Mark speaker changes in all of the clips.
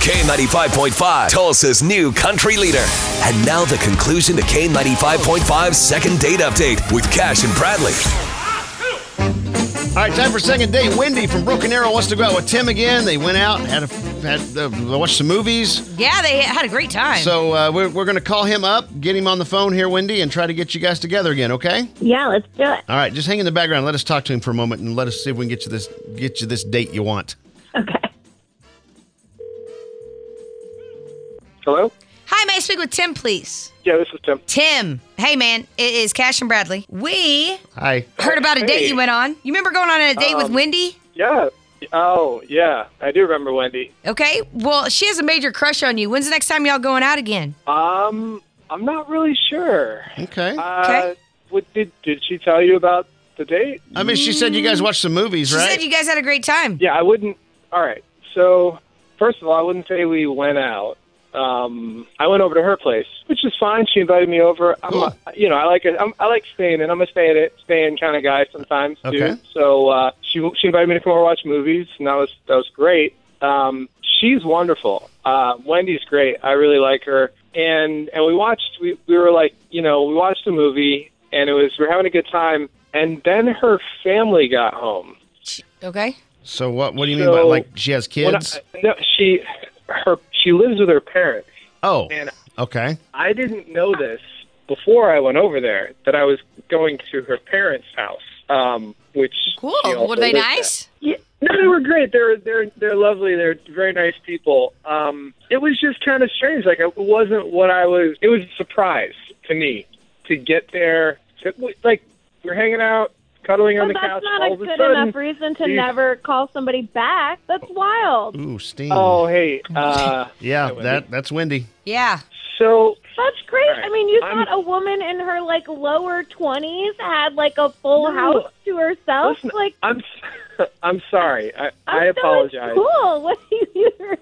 Speaker 1: K95.5, Tulsa's new country leader. And now the conclusion to K95.5's second date update with Cash and Bradley.
Speaker 2: All right, time for second date. Wendy from Broken Arrow wants to go out with Tim again. They went out, had a, had uh, watched some movies.
Speaker 3: Yeah, they had a great time.
Speaker 2: So uh, we're, we're going to call him up, get him on the phone here, Wendy, and try to get you guys together again. Okay?
Speaker 4: Yeah, let's do it.
Speaker 2: All right, just hang in the background. Let us talk to him for a moment, and let us see if we can get you this get you this date you want.
Speaker 4: Okay.
Speaker 5: Hello?
Speaker 3: Hi, may I speak with Tim, please?
Speaker 5: Yeah, this is Tim.
Speaker 3: Tim, hey man, it is Cash and Bradley. We
Speaker 2: Hi.
Speaker 3: heard about a date
Speaker 5: Hey.
Speaker 3: you went on. You remember going on a date with Wendy?
Speaker 5: Yeah. Oh, yeah. I do remember Wendy.
Speaker 3: Okay, well, she has a major crush on you. When's the next time y'all going out again?
Speaker 5: Um, I'm not really sure.
Speaker 2: Okay.
Speaker 5: Uh,
Speaker 3: Okay.
Speaker 5: What did did she tell you about the date?
Speaker 2: I mean, she said you guys watched some movies,
Speaker 3: She
Speaker 2: right?
Speaker 3: said you guys had a great time.
Speaker 5: Yeah, I wouldn't. All right. So, first of all, I wouldn't say we went out. Um, I went over to her place, which is fine. She invited me over. I'm,
Speaker 2: Cool.
Speaker 5: a, you know, I like it. I'm, I like staying, and I'm a stay in it, staying kind of guy sometimes too.
Speaker 2: Okay.
Speaker 5: So uh, she she invited me to come over and watch movies, and that was that was great. Um, she's wonderful. Uh, Wendy's great. I really like her. And and we watched. We we were like, you know, we watched a movie, and it was we we're having a good time. And then her family got home.
Speaker 3: Okay.
Speaker 2: so what? What do you mean
Speaker 5: So-
Speaker 2: by like she has
Speaker 5: When I-
Speaker 2: kids?
Speaker 5: no, she her she lives with her parents,
Speaker 2: oh.
Speaker 5: and
Speaker 2: Okay.
Speaker 5: I didn't know this before I went over there that I was going to her parents' house. Um, which
Speaker 3: Cool.
Speaker 5: she also
Speaker 3: Were they
Speaker 5: lives at.
Speaker 3: nice?
Speaker 5: Yeah, no, they were great. They're they're they're lovely. They're very nice people. Um, it was just kind of strange. Like it wasn't what I was. It was a surprise to me to get there. It was- like we're hanging out, cuddling on
Speaker 4: Well,
Speaker 5: the couch.
Speaker 4: that's not
Speaker 5: all
Speaker 4: a
Speaker 5: of a
Speaker 4: good
Speaker 5: sudden,
Speaker 4: enough reason to
Speaker 5: you-
Speaker 4: never call somebody back. That's wild.
Speaker 2: Ooh, steam.
Speaker 5: Oh hey, uh,
Speaker 2: yeah.
Speaker 5: Wendy.
Speaker 2: That that's Wendy.
Speaker 3: Yeah.
Speaker 5: so
Speaker 4: That's great.
Speaker 5: All right.
Speaker 4: I mean, you
Speaker 5: I'm-
Speaker 4: thought a woman in her like lower twenties had like a full
Speaker 5: No.
Speaker 4: house to herself.
Speaker 5: Listen,
Speaker 4: like,
Speaker 5: I'm s- I'm sorry. I, I
Speaker 4: I'm still in
Speaker 5: apologize.
Speaker 4: School. What do you?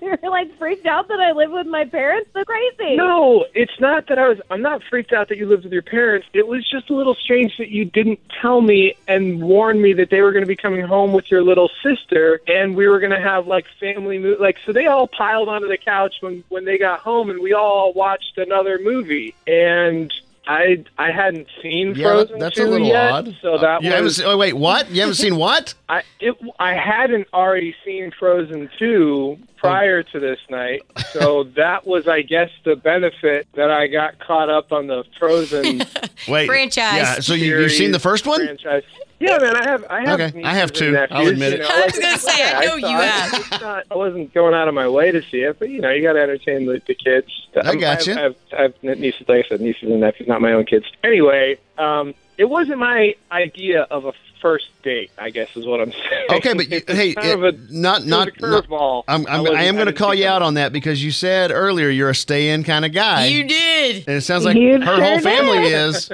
Speaker 4: You're like freaked out that I live with my parents. That's crazy.
Speaker 5: No, it's not that I was. I'm not freaked out that you lived with your parents. It was just a little strange that you didn't tell me and warn me that they were going to be coming home with your little sister, and we were going to have like family mo- like. So they all piled onto the couch when when they got home, and we all watched another movie. And I I hadn't seen
Speaker 2: Yeah,
Speaker 5: Frozen
Speaker 2: that's a
Speaker 5: 2
Speaker 2: little
Speaker 5: yet,
Speaker 2: odd.
Speaker 5: So that
Speaker 2: you haven't
Speaker 5: was
Speaker 2: se- oh, wait, what? You haven't seen what?
Speaker 5: I it, I hadn't already seen Frozen 2 prior to this night, so that was, I guess, the benefit that I got caught up on the Frozen
Speaker 2: Wait.
Speaker 3: Franchise.
Speaker 2: Yeah. So you, you've
Speaker 5: series
Speaker 2: seen the first one?
Speaker 5: franchise. Yeah, man, I have. I have.
Speaker 2: Okay, I
Speaker 5: nieces
Speaker 2: have
Speaker 5: and
Speaker 2: two.
Speaker 5: nephews,
Speaker 2: I'll admit
Speaker 5: you
Speaker 2: it.
Speaker 5: know,
Speaker 3: I was
Speaker 5: like,
Speaker 3: gonna say, I
Speaker 5: yeah,
Speaker 3: know you
Speaker 5: saw it.
Speaker 3: have.
Speaker 5: It's not- I wasn't going out of my way to see it, but you know, you got to entertain the, the kids. I'm- I
Speaker 2: gotcha.
Speaker 5: have, I have, I have nieces, like I said, nieces and nephews, not my own kids. Anyway, um, it wasn't my idea of a first date. I guess is what I'm saying.
Speaker 2: Okay, but you,
Speaker 5: It was
Speaker 2: hey,
Speaker 5: kind
Speaker 2: it-
Speaker 5: of a,
Speaker 2: not not.
Speaker 5: it was a
Speaker 2: not-
Speaker 5: curveball.
Speaker 2: I'm, I'm I,
Speaker 5: wasn't-
Speaker 2: am going to
Speaker 5: didn't
Speaker 2: call
Speaker 5: think
Speaker 2: you
Speaker 5: of
Speaker 2: out
Speaker 5: it.
Speaker 2: on that because you said earlier you're a stay-in kind of guy,
Speaker 3: You did.
Speaker 2: and it sounds like
Speaker 4: You
Speaker 2: her
Speaker 4: sure
Speaker 2: whole
Speaker 4: did.
Speaker 2: family is.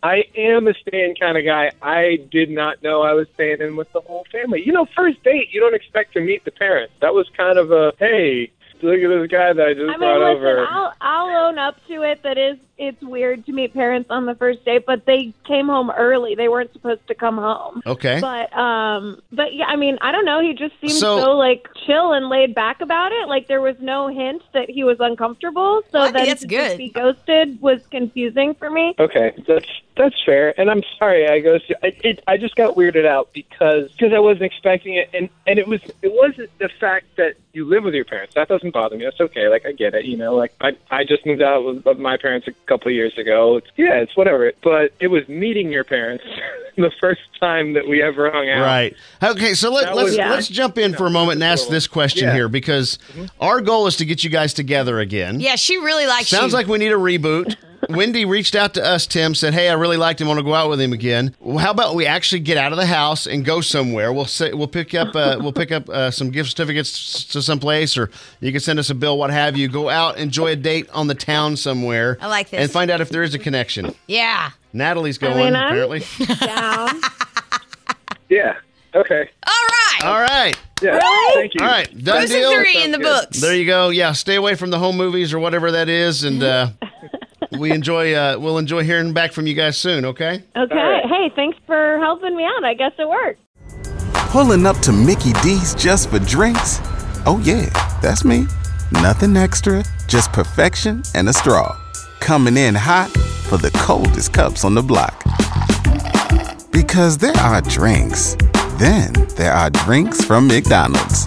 Speaker 5: I am a staying kind of guy. I did not know I was staying in with the whole family. You know, first date, you don't expect to meet the parents. That was kind of a hey, look at this guy that I just
Speaker 4: I mean,
Speaker 5: brought
Speaker 4: listen,
Speaker 5: over.
Speaker 4: I'll I'll own up to it. That is, it's weird to meet parents on the first date, but they came home early. They weren't supposed to come home.
Speaker 3: Eh?
Speaker 2: Okay.
Speaker 4: But um, but yeah, I mean, I don't know. He just seemed
Speaker 2: So-
Speaker 4: so, like chill and laid back about it. Like there was no hint that he was uncomfortable. So
Speaker 3: Well, I think
Speaker 4: that
Speaker 3: that's
Speaker 4: to
Speaker 3: good.
Speaker 4: just be ghosted was confusing for me.
Speaker 5: Okay, that's that's fair, and I'm sorry. I goes. I, it, I just got weirded out because because I wasn't expecting it, and and it was it wasn't the fact that you live with your parents. That doesn't bother me. That's okay. Like I get it. You know, like I I just moved out with with my parents a couple of years ago. It's, yeah, it's whatever. But it was meeting your parents the first time that we ever hung out.
Speaker 2: Right. Okay. So let,
Speaker 5: That
Speaker 2: let's
Speaker 5: was-
Speaker 4: Yeah.
Speaker 2: let's jump in for a moment and ask this question
Speaker 5: Yeah. Mm-hmm.
Speaker 2: here because our goal is to get you guys together again.
Speaker 3: Yeah, she really likes you.
Speaker 2: Sounds like we need a reboot. Wendy reached out to us, Tim, said, Hey, I really liked him. want to go out with him again. Well, how about we actually get out of the house and go somewhere? We'll say, we'll pick up uh, we'll pick up uh, some gift certificates to some place, or you can send us a bill, what have you. Go out, enjoy a date on the town somewhere.
Speaker 3: I like this.
Speaker 2: And find out if there is a connection.
Speaker 3: Yeah.
Speaker 2: Natalie's going,
Speaker 4: mean, I'm-
Speaker 2: apparently.
Speaker 4: down.
Speaker 5: yeah. Okay.
Speaker 3: All right.
Speaker 2: All right.
Speaker 5: Yeah. Thank you.
Speaker 2: All right. Done
Speaker 3: Cruising
Speaker 2: deal.
Speaker 3: three in the
Speaker 5: Sounds
Speaker 3: books.
Speaker 2: There you go. Yeah, stay away from the home movies or whatever that is, and uh, we enjoy. Uh, we'll enjoy hearing back from you guys soon. Okay.
Speaker 4: Okay. Hey, thanks for helping me out. I guess it worked.
Speaker 6: Pulling up to Mickey D's just for drinks? Oh, yeah, that's me. Nothing extra, just perfection and a straw. Coming in hot for the coldest cups on the block. Because there are drinks, then there are drinks from McDonald's.